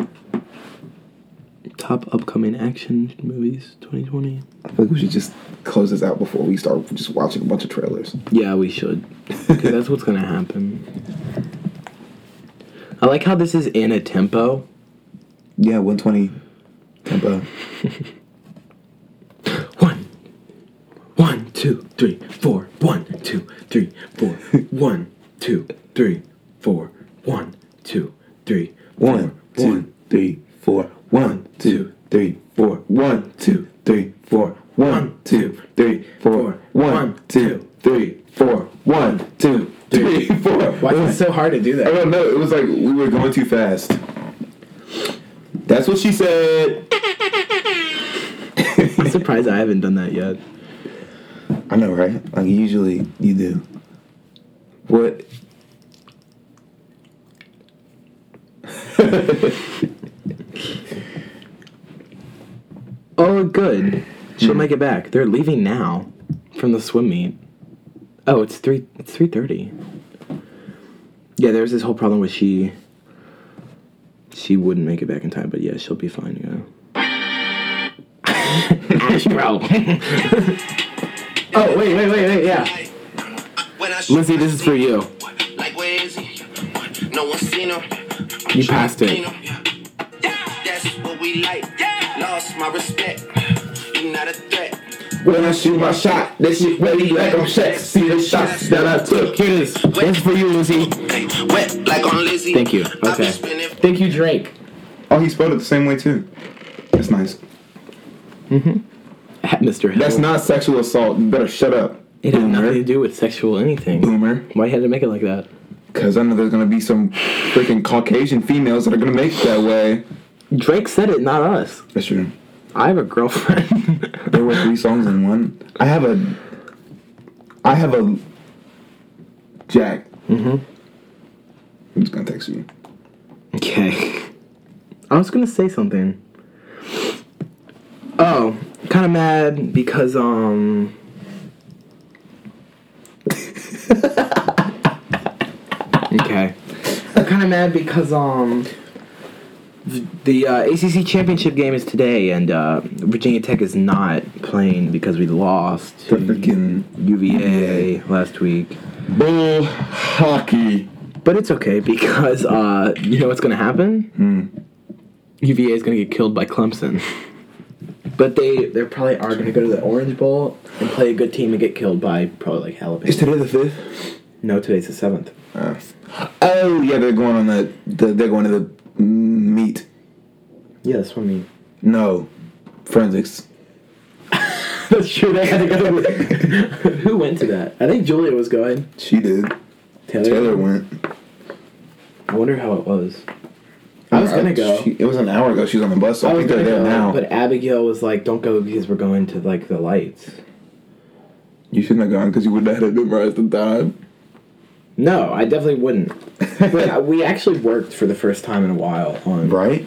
A: Top upcoming action movies 2020.
B: I feel like we should just close this out before we start just watching a bunch of trailers.
A: Yeah, we should. 'Cause that's what's gonna happen. I like how this is in a tempo.
B: Yeah, 120 tempo.
A: One, one, two, three, four. One, two, three, four. One, two, three, four. One, three.
C: One, two, three, four. One, two, three, four. One, two, three, four. One, two, three, four. One, two, three, four. One, two, three, four.
E: Why is it so hard to do
B: I
E: that?
B: don't know. Oh, It was like we were going too fast. That's what she said.
A: I'm surprised I haven't done that yet.
C: I know, right? Like usually you do. What?
A: Oh, good. She'll make it back. They're leaving now from the swim meet. Oh, it's three. It's three thirty. Yeah, there's this whole problem with she. She wouldn't make it back in time, but yeah, she'll be fine. Yeah. Astro. oh wait, wait, wait, wait. Yeah,
L: When I
A: Lindsay, this is for you.
L: like where is he? No one seen him.
A: You passed
L: Seen
A: it.
L: him. That's what we like. Lost my respect. You not a threat.
B: When I shoot my shot, that shit ready like I'm Shaq. See the shots that I took.
A: Here it is. This is for you, Lindsay.
L: Hey, wet like on Lizzie.
A: Thank you.
L: I be
A: Okay.
L: spinning
E: Thank you, Drake.
B: Oh, he spelled it the same way too. That's nice.
A: At Mr. Hill.
B: That's not sexual assault. You better shut up,
A: It had nothing to do with sexual anything.
B: boomer.
A: Why you had to make it like that?
B: Because I know there's gonna be some freaking Caucasian females that are gonna make it that way.
A: Drake said it, not us.
B: That's true.
A: I have a girlfriend.
B: There were three songs in one. I have a. I have a. Jack. Mm-hmm. I'm just gonna text you.
A: Okay. I was gonna say something. Oh, kind of mad because um. okay. I'm kind of mad because um. th- The uh, ACC championship game is today, and uh, Virginia Tech is not playing because we lost
B: The
A: to
B: freaking
A: UVA last week.
B: bull hockey.
A: But it's okay because uh, you know what's gonna happen? UVA is gonna get killed by Clemson. But they they probably are gonna go to the Orange Bowl and play a good team and get killed by probably like Alabama.
C: Is today the fifth?
A: No, today's the seventh.
B: Uh, Oh yeah, they're going on the, the they're going to the mm, meet.
A: Yeah, that's what I mean.
B: No, forensics.
A: That's true. They had to go. Who went to that? I think Julia was going.
B: She did.
A: Taylor.
B: Taylor went.
A: I wonder how it was. I was gonna go.
B: She, it was an hour ago. She was on the bus. So
A: I
B: I,
A: was
B: think they're
A: gonna
B: there
A: go,
B: now.
A: but Abigail was like, "Don't go because we're going to like the lights."
B: you shouldn't have gone because you would not have memorized the time.
A: No, I definitely wouldn't. But we actually worked for the first time in a while on
B: Right?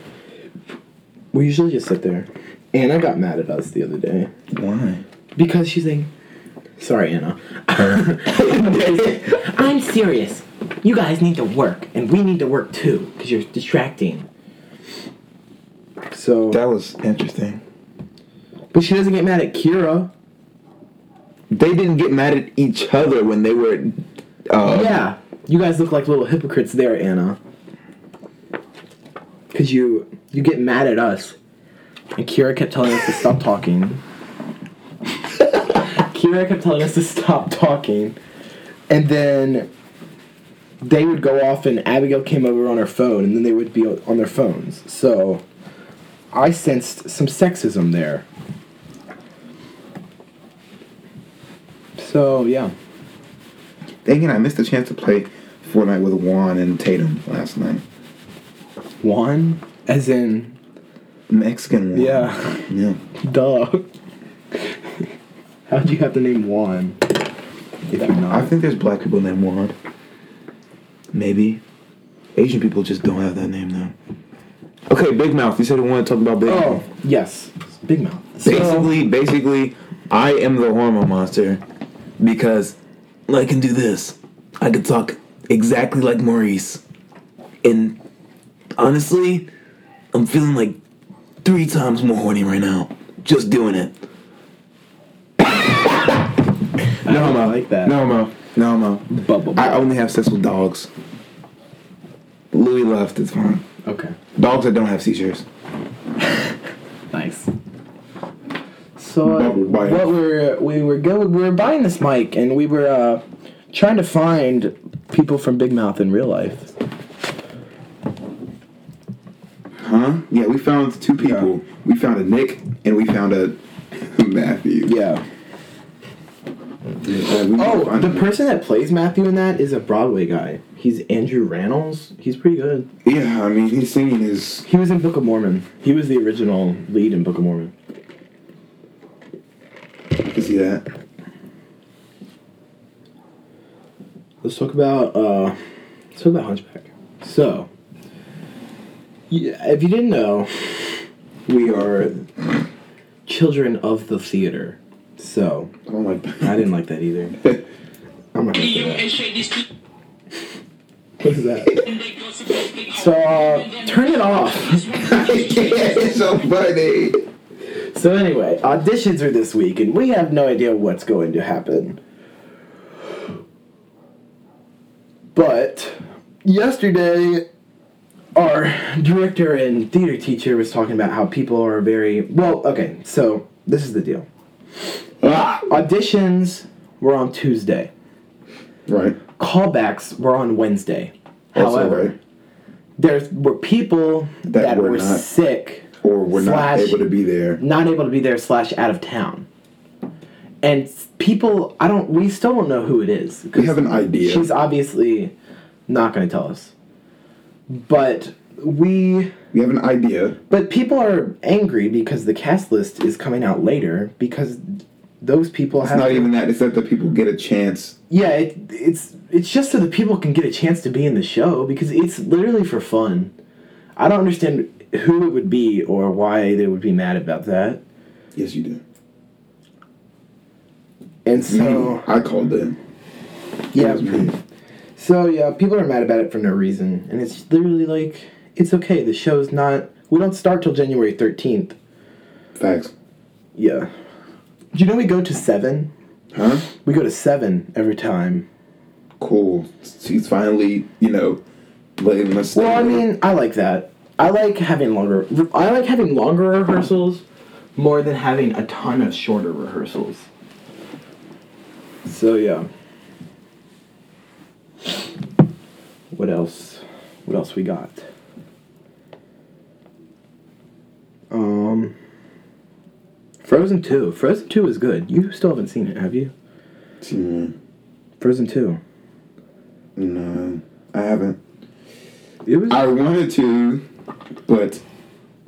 A: We usually just sit there. Anna got mad at us the other day
B: Why?
A: because she's like, "Sorry, Anna, I'm serious. You guys need to work, and we need to work too because you're distracting." So,
B: That was interesting.
A: but she doesn't get mad at Kira.
B: They didn't get mad at each other when they were. Uh,
A: Yeah, you guys look like little hypocrites there, Anna. Cause you you get mad at us, and Kira kept telling us to stop talking. Kira kept telling us to stop talking, and then they would go off, and Abigail came over on her phone, and then they would be o- on their phones. So I sensed some sexism there. So yeah.
B: Dang it! I missed the chance to play Fortnite with Juan and Tatum last night.
A: One, as in,
B: Mexican Juan.
A: yeah,
B: Yeah.
A: duh. How'd you have the name Juan? If you're
B: I
A: not,
B: think there's black people named Juan.
C: Maybe. Asian people just don't have that name though. Okay, Big Mouth. You said you want to talk about Big Mouth.
A: oh yes, Big Mouth.
C: Basically, basically, I am the hormone monster because I can do this. I can talk exactly like Maurice, and honestly, I'm feeling like three times more horny right now just doing it.
A: no, I like that.
B: No, Mo. No, Mo.
A: bubble.
B: I only have sex with dogs. Louis left. It's fine.
A: okay,
B: Dogs that don't have seizures.
A: nice. So uh,
B: Bubble bite.
A: what we're we were going we were buying this mic and we were uh, trying to find people from Big Mouth in real life.
B: Yeah, we found two people. We found a Nick and we found a Matthew.
A: Yeah.
B: Yeah, we need to
A: Oh,
B: find
A: the
B: him.
A: person that plays Matthew in that is a Broadway guy. He's Andrew Rannells. He's pretty good.
B: Yeah, I mean, his singing is.
A: He was in Book of Mormon. He was the original lead in Book of Mormon.
B: I can see that.
A: Let's talk about uh, let's talk about Hunchback. So, yeah, if you didn't know, we are children of the theater. So
B: Oh my god.
A: I didn't like that either. I'm not gonna say that. What is that? So uh, turn it off.
B: it's so funny.
A: So anyway, auditions are this week, and we have no idea what's going to happen. But yesterday, our director and theater teacher was talking about how people are very well. Okay, so this is the deal.
B: Ah,
A: Auditions were on Tuesday.
B: Right.
A: Callbacks were on Wednesday.
B: Also,
A: However,
B: right.
A: there were people that,
B: were
A: were,
B: not-
A: sick
B: Or we're not
A: Slash-
B: able to be there.
A: not able to be there slash out of town and s- people i don't we still don't know who it is 'cause
B: We have an idea.
A: she's obviously not going to tell us but we
B: We have an idea.
A: but people are angry because the cast list is coming out later because those people
B: It's
A: have
B: not
A: to-
B: even that. It's that the people get a chance.
A: yeah it, it's it's just so that people can get a chance to be in the show because it's literally for fun i don't understand who it would be or why they would be mad about that
B: Yes, you do.
A: and so
B: No, I called in.
A: yeah
B: It was me.
A: So yeah, people are mad about it for no reason, and it's literally like it's okay. The show's not. We don't start till January thirteenth.
B: Facts.
A: Yeah. Do you know we go to seven?
B: Huh?
A: We go to seven every time.
B: Cool. She's finally, you know, letting us.
A: Well, I mean, I like that. I like having longer. I like having longer rehearsals more than having a ton of shorter rehearsals. So yeah. What else? What else we got? Um. Frozen Two. Frozen Two is good. You still haven't seen it, have you?
B: Mm,
A: Frozen Two.
B: No, I haven't.
A: It was.
B: I wanted to, but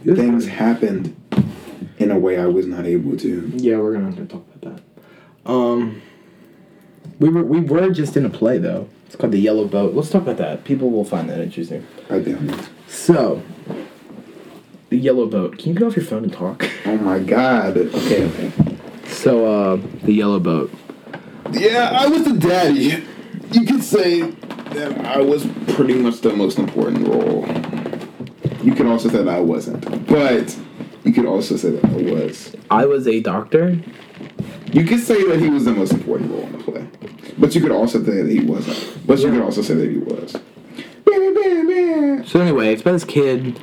A: it was
B: things happened in a way I was not able to.
A: Yeah, we're gonna have to talk about that. Um, we were we were just in a play though. It's called the Yellow Boat. Let's talk about that. People will find that interesting.
B: I doubt it.
A: So, the Yellow Boat. Can you get off your phone and talk?
B: Oh my god. Okay, okay.
A: So, uh, the Yellow Boat.
B: Yeah, I was the daddy. You could say that I was pretty much the most important role. You could also say that I wasn't, but you could also say that I was.
A: I was a doctor.
B: You could say that he was the most important role in the play, but you could also say that he wasn't. But you could also say that he was.
A: So anyway, it's about this kid,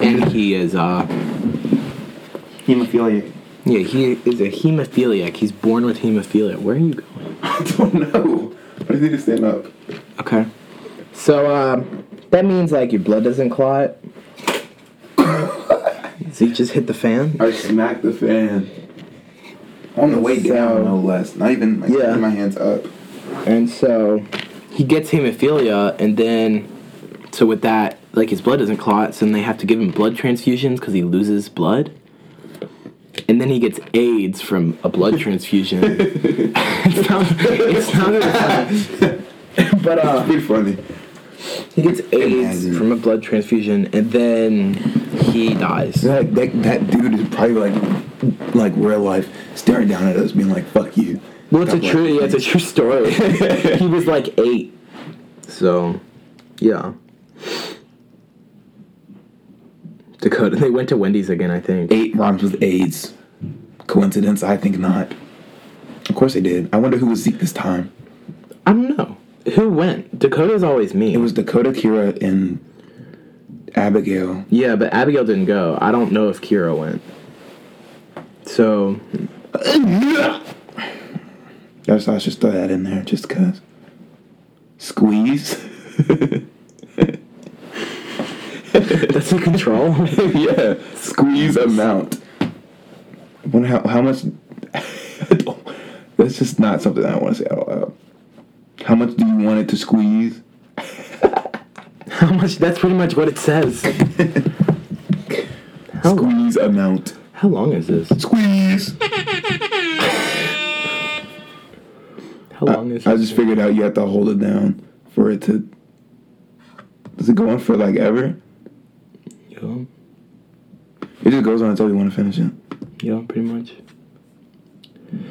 A: and he is uh,
C: Hemophilia.
A: yeah, he is a hemophiliac. He's born with hemophilia. Where are you going?
B: I don't know. I need to stand up.
A: Okay. So um, that means like your blood doesn't clot. so you just hit the fan.
B: I smacked the fan on the way down, no less. Not even like
A: Yeah.
B: putting my hands up.
A: And so he gets hemophilia, and then so with that, like his blood doesn't clot, so then they have to give him blood transfusions because he loses blood. And then he gets AIDS from a blood transfusion. it's not. It's not. Really funny. but uh,
B: Pretty funny.
A: he gets AIDS
B: Imagine.
A: from a blood transfusion, and then he dies.
C: Like that, that dude is probably like, like real life, staring down at us, being like, "Fuck you."
A: Well, it's a
C: Stop
A: true.
C: laughing.
A: Yeah, it's a true story. he was like eight. So, yeah. Dakota. They went to Wendy's again, I think.
C: Eight rhymes with AIDS. Coincidence? I think not. Of course they did. I wonder who was Zeke this time.
A: I don't know who went. Dakota's always me.
C: It was Dakota, Kira, and Abigail.
A: yeah, but Abigail didn't go. I don't know if Kira went. So
C: That's I should throw that in there, just cause. Squeeze.
M: That's in control.
B: yeah, squeeze amount. I wonder how how much. That's just not something I want to say out loud. How much do you want it to squeeze?
M: How much? That's pretty much what it says. how,
B: Squeeze amount.
M: how long is this?
B: Squeeze.
M: How
A: Uh,
M: long is
B: I
M: this?
B: just figured out you have to hold it down for it to. Does it go on for like ever?
M: Yo,
B: It just goes on until you want to finish it.
M: yo, pretty much.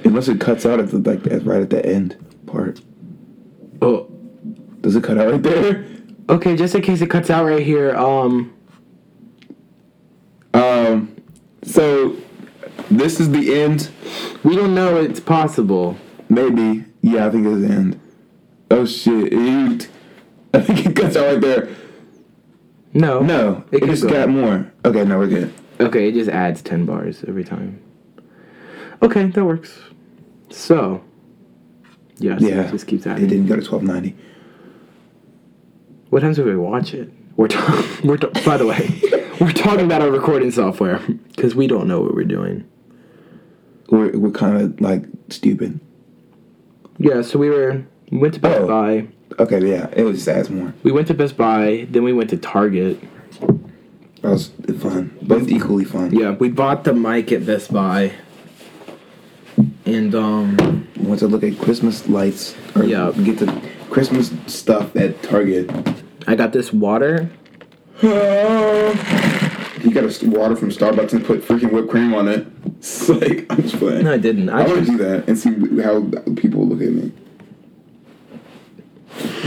B: Unless it cuts out at the like at, right at the end part.
M: Oh,
B: Does it cut out right there?
M: okay. Just in case it cuts out right here. Um,
B: Um. So, this is the end.
M: we don't know. It's possible.
B: Maybe. Yeah, I think it's the end. Oh shit! It, I think it cuts out right there.
M: No.
B: No,
M: It
B: it,
M: could
B: just
M: go.
B: got more. Okay, no, we're good.
M: Okay, it just adds 10 bars every time. Okay, that works. So, yes,
B: Yeah,
M: it just keeps
B: It
M: adding.
B: didn't go to twelve ninety.
M: What times do we watch it? We're talking, we're ta- by the way, we're talking about our recording software because we don't know what we're doing.
B: We're we're kind of like stupid.
M: Yeah, so we were, we went to Best
B: Oh.
M: Buy.
B: Okay, but yeah, it was just adds more.
M: We went to Best Buy, then we went to Target.
B: That was fun. Both equally fun.
A: Yeah, we bought the mic at Best Buy. And um
B: We went to look at Christmas lights. Or
M: Yeah.
B: Get the Christmas stuff at Target.
M: I got this water.
N: You got a water from Starbucks and put freaking whipped cream on it. It's like I'm just playing.
M: No, I didn't. I
N: I want to
M: just,
N: do that and see how people look at me.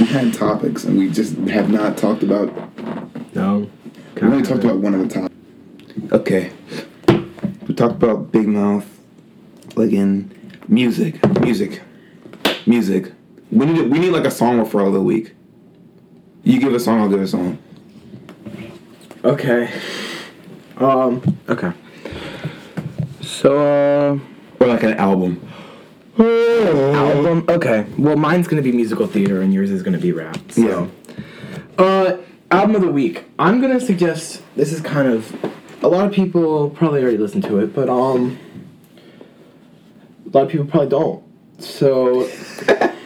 N: We had topics and we just have not talked about.
M: no.
N: We only talked about one of the topics.
B: Okay. We talked about Big Mouth, like in music, music, music. We need we need like a song referral of the week. You give a song, I'll give a song.
A: okay. Um
M: Okay. So,
B: Or like an album.
M: uh,
A: album okay. Well mine's gonna be musical theater and yours is gonna be rap. So uh album of the week. I'm gonna suggest this is kind of a lot of people probably already listen to it, but um a lot of people probably don't. So if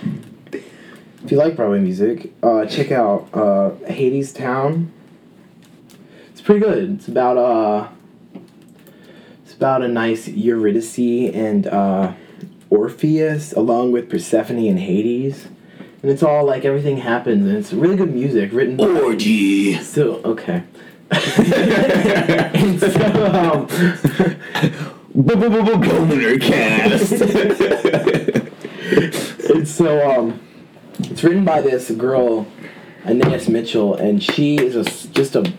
A: you like Broadway music, uh, check out uh, Hades Town. It's pretty good. It's about uh, it's about a nice Eurydice and uh, Orpheus along with Persephone and Hades, and it's all like everything happens, and it's really good music written. By
B: Orgy.
A: so okay. and so, um,
B: Boner cast.
A: It's so um, it's written by this girl, Aeneas Mitchell, and she is a s just a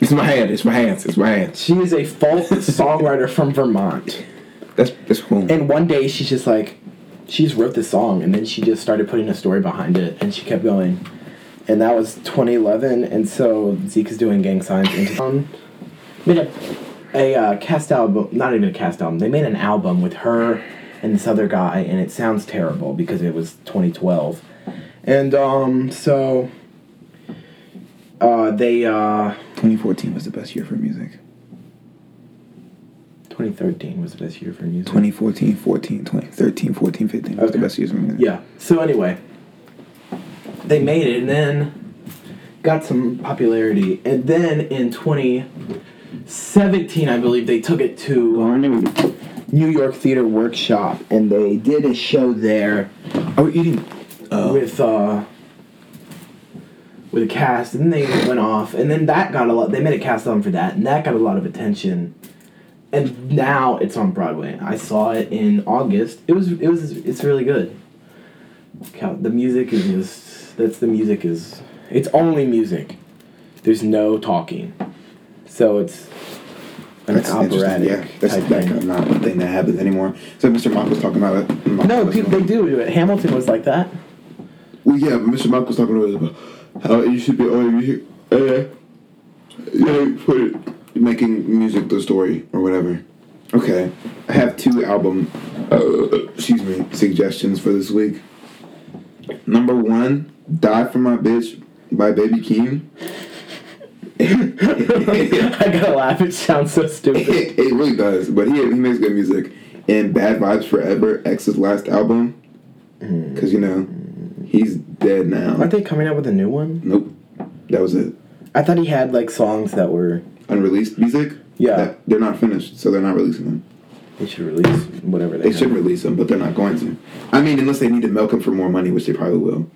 B: It's my hand. It's my hands. It's my hands.
A: she is a folk songwriter from Vermont.
B: That's that's cool.
A: And one day she's just like, she just wrote this song, and then she just started putting a story behind it, and she kept going, and that was 2011, and so Zeke is doing gang signs and um, made a a uh, cast album, not even a cast album. They made an album with her and this other guy, and it sounds terrible because it was 2012, and um so. Uh, they uh
B: 2014 was the best year for music.
A: 2013 was the best year for music
B: 2014, 14, 2013, 14, 15 was the
A: Okay.
B: best years for music.
A: Yeah. So anyway, they made it and then got some popularity. And then in 2017, I believe, they took it to New York Theater Workshop and they did a show there
B: Are we eating?
A: with uh with a cast and then they went off and then that got a lot they made a cast album for that and that got a lot of attention and now it's on broadway i saw it in august it was it was it's really good Cal- the music is just that's the music is it's only music there's no talking so it's an
N: That's interesting.
A: operatic
N: Yeah, that's
A: type
N: that
A: thing.
N: kind of not a thing that happens anymore. So Mr. Mock was talking about it. Mock
A: no
N: was
A: people
N: doing-
A: they do do it hamilton was like that
N: Well, yeah, but Mr. Mock was talking about it, how you should be only music. Uh, you know, put it, making music the story or whatever. Okay, I have two album, uh, excuse me, suggestions for this week. Number one, "Die for My Bitch" by Baby Keem.
A: I gotta laugh. It sounds so stupid.
B: it, it really does. But he he makes good music. And Bad Vibes Forever, X's last album, because you know he's dead now.
A: Aren't they coming out with a new one?
B: Nope, that was it.
A: I thought he had like songs that were
B: Unreleased music.
A: Yeah.
B: that, they're not finished, so they're not releasing them.
A: they should release whatever they,
B: They should release them, but they're not going to. I mean, unless they need to milk him for more money, which they probably will.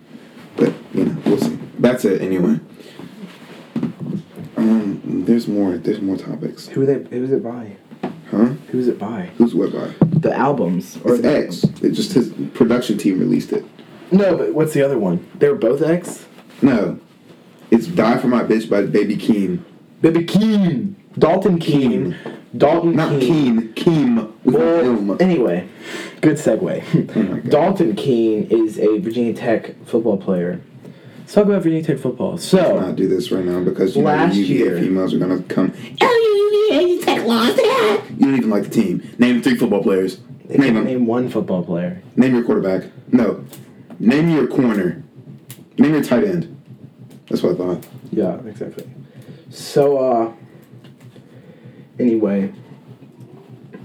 B: But you know, we'll see. That's it anyway. Um, there's more. There's more topics,
A: Who they? Who was it by?
B: huh?
A: Who was it by?
B: Who's what by?
A: The albums or
B: It's X. It just his production team released it.
A: no? But what's the other one? They were both X.
B: No. It's Die for My Bitch by Baby Keem.
A: Baby Keen, Dalton Keen, Dalton
B: Not Keem. Keem. with an
A: Well,
B: M.
A: anyway, good
B: Oh my
A: segue.
B: God.
A: Dalton Keene is a Virginia Tech football player. Let's talk about Virginia Tech football. So,
B: I'll do this right now because you
A: Last
B: know you
A: year-
B: females are gonna come. You don't even like the team. Name three football players.
A: they can't
B: Name them.
A: name one football player.
B: Name your quarterback. No. Name your corner. Name your tight end. That's what I thought.
A: Yeah, exactly. So, uh, anyway,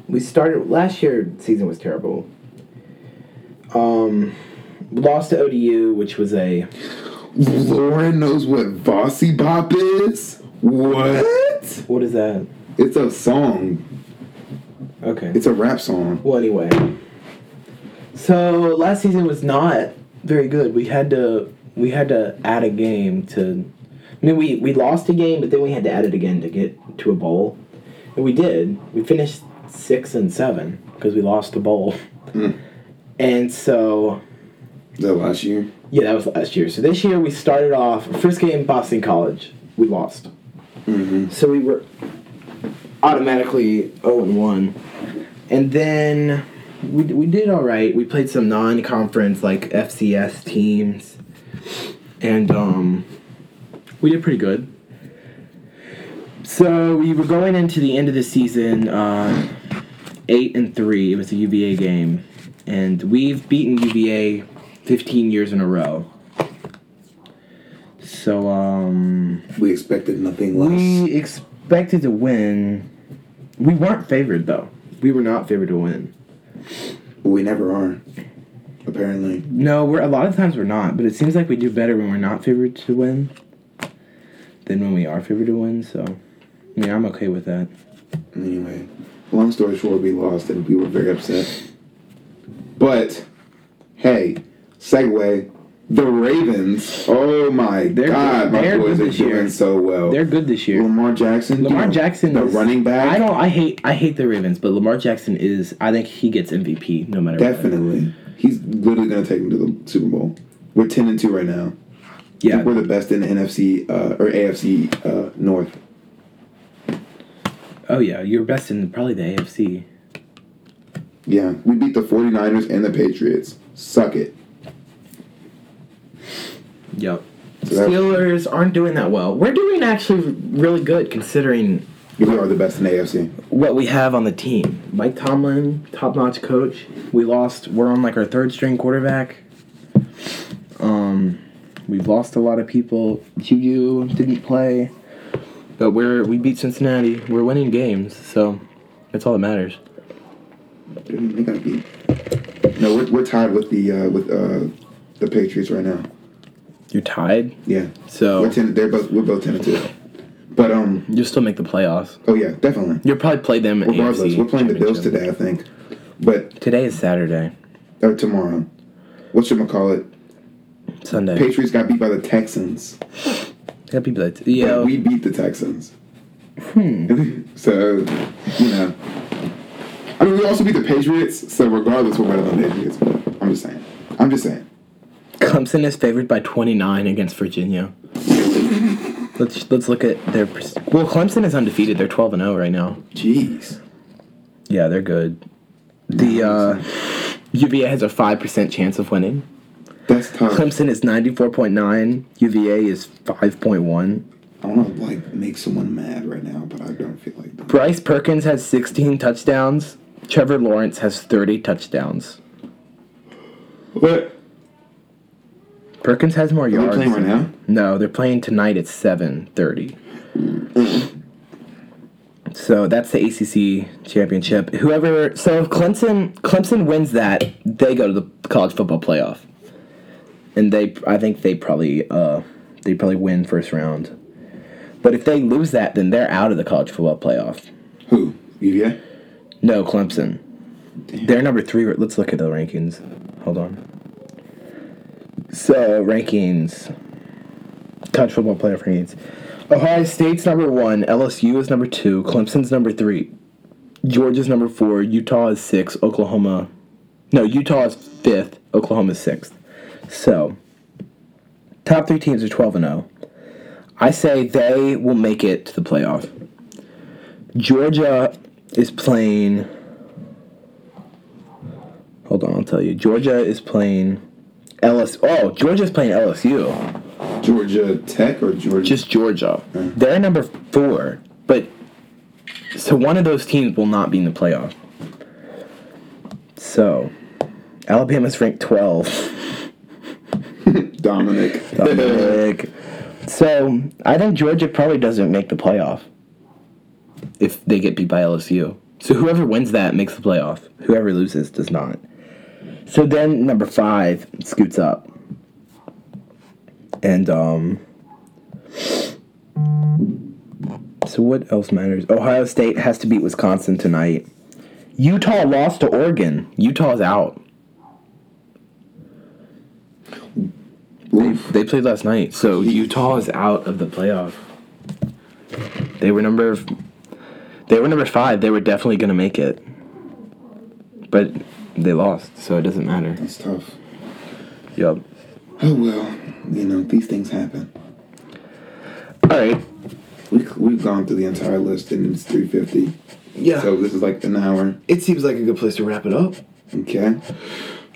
A: we started last year. Season was terrible. Um, we lost to ODU, which was a
B: Lauren knows what Bossy Bop is. What?
A: what is that?
B: It's a song.
A: Okay.
B: It's a rap song.
A: Well, anyway. So last season was not very good. We had to we had to add a game to. I mean, we we lost a game, but then we had to add it again to get to a bowl, and we did. We finished six and seven because we lost the bowl, and so
B: Is that last year?
A: yeah, that was last year. So this year we started off first game Boston College. We lost. So we were automatically 0 and 1. And then we, we did all right. We played some non conference, like FCS teams. And um, we did pretty good. So we were going into the end of the season uh, 8 and 3. It was a UVA game. And we've beaten UVA 15 years in a row. So, um.
B: We expected nothing less.
A: We expected to win. We weren't favored though. We were not favored to win.
B: But we never are. Apparently.
A: No, we're a lot of times we're not, but it seems like we do better when we're not favored to win than when we are favored to win. So, I mean, I'm okay with that.
B: Anyway, long story short, we lost and we were very upset. But, hey, segue. The Ravens. Oh my
A: They're
B: God,
A: good-
B: my
A: they're
B: boys
A: good
B: are
A: this year.
B: doing so well.
A: They're good this year.
B: Lamar Jackson.
A: Lamar
B: you know,
A: Jackson,
B: the
A: is-
B: running back.
A: I don't. I hate. I hate the Ravens, but Lamar Jackson is. I think he gets MVP no matter. what.
B: definitely. He's literally gonna take him to the Super Bowl. We're ten and two right now. I
A: Yeah.
B: think we're the best in the NFC uh, or AFC uh, North.
A: Oh yeah, you're best in probably the AFC.
B: Yeah, we beat the 49ers and the Patriots. Suck it.
A: Yep.
B: So that-
A: Steelers aren't doing that well. We're doing actually really good considering
B: We are the best in the AFC.
A: what we have on the team. Mike Tomlin, top notch coach. We lost. We're on like our third string quarterback. Um, we've lost a lot of people. QU didn't play, but we're we beat Cincinnati. We're winning games, so that's all that matters.
B: They gotta be. No, we're, we're tied with the uh, with uh, the Patriots right now.
A: You're tied,
B: Yeah,
A: so
B: we're ten. They're both we're both ten and two. But um,
A: you'll still make the playoffs.
B: oh yeah, definitely.
A: You'll probably play them. in
B: Regardless,
A: AFC
B: we're playing the Bills
A: championship.
B: today, I think. But
A: Today is Saturday,
B: or tomorrow, what should we call it?
A: Sunday.
B: Patriots got beat by the Texans.
A: That'd be like, yeah.
B: But we beat the Texans. so, you know, I mean, we also beat the Patriots. So regardless, we're better than the Patriots. I'm just saying. I'm just saying.
A: Clemson is favored by 29 against Virginia. let's let's look at their. pers- Well, Clemson is undefeated. They're 12 and 0 right now.
B: Jeez.
A: Yeah, they're good. The uh, UVA has a 5% chance of winning.
B: That's tough.
A: Clemson is 94.9. UVA is 5.1.
B: I want to like make someone mad right now, but I don't feel like that.
A: Bryce Perkins has 16 touchdowns. Trevor Lawrence has 30 touchdowns.
B: What?
A: Perkins has more
B: Are we
A: yards.
B: playing right now?
A: No, they're playing tonight at 7:30. So that's the ACC championship. Whoever, so if Clemson Clemson wins that, they go to the college football playoff, and they I think they probably uh they probably win first round. But if they lose that, then they're out of the college football playoff.
B: Who? UVA?
A: No, Clemson. They're number three. Let's look at the rankings. Hold on. So rankings. College football playoff rankings. Ohio State's number one. LSU is number two. Clemson's number three. Georgia's number four. Utah is six. Oklahoma. No, Utah is fifth. Oklahoma is sixth. So, top three teams are twelve and zero. I say they will make it to the playoff. Georgia is playing. Hold on, I'll tell you. Georgia is playing LS. Oh, Georgia's playing LSU.
B: Georgia Tech or Georgia?
A: Just Georgia. They're number four, but so one of those teams will not be in the playoff. So, Alabama's ranked twelve.
B: Dominic.
A: Like, so I think Georgia probably doesn't make the playoff if they get beat by LSU. So whoever wins that makes the playoff. Whoever loses does not. So then number five scoots up, and um. So what else matters? Ohio State has to beat Wisconsin tonight. Utah lost to Oregon. Utah's out.
B: Oof.
A: They played last night, so Utah is out of the playoff. They were number, they were number five. They were definitely gonna make it, but they lost, so it doesn't matter.
B: That's tough.
A: Yup.
B: Oh well, you know these things happen.
A: All right.
B: We we've gone through the entire list and it's three fifty.
E: Yeah.
B: So this is like an hour.
E: it seems like a good place to wrap it up.
B: Okay.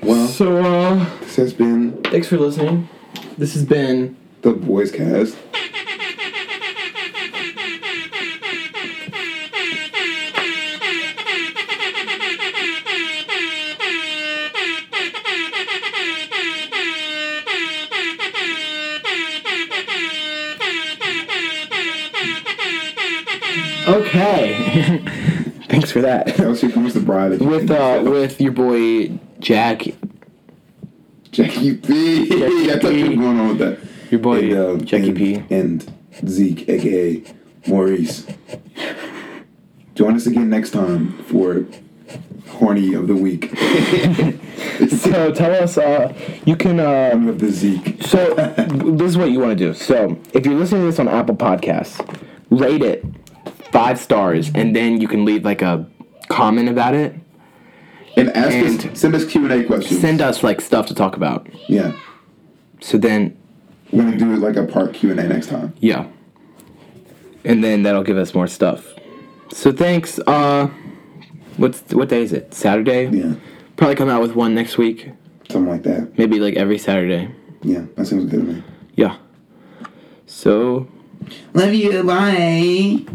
B: Well,
E: So, uh,
B: this has been
E: thanks for listening. This has been
B: the boys cast.
A: Okay. Thanks for that.
B: Kelsey comes the bride.
A: With uh, with your boy Jack,
B: Jackie P.
A: Jackie
B: I thought
A: P.
B: you were going on with that.
A: your boy
B: um,
A: Jackie
B: and,
A: P.
B: and Zeke, aka Maurice. Join us again next time for horny of the week.
A: So tell us, uh, you can uh,
B: Horny of the Zeke.
A: So this is what you want to do. So if you're listening to this on Apple Podcasts, rate it five stars, and then you can leave like a comment about it.
B: And ask
A: And-
B: us, send us Q and A questions.
A: Send us like stuff to talk about.
B: yeah,
A: So then,
B: we're gonna do like a part Q and A next time.
A: yeah, and then that'll give us more stuff. So thanks. Uh, what's what day is it? Saturday.
B: Yeah,
A: Probably come out with one next week.
B: something like that.
A: Maybe like every Saturday.
B: Yeah, that sounds good to me.
A: Yeah. So
B: Love you. Bye.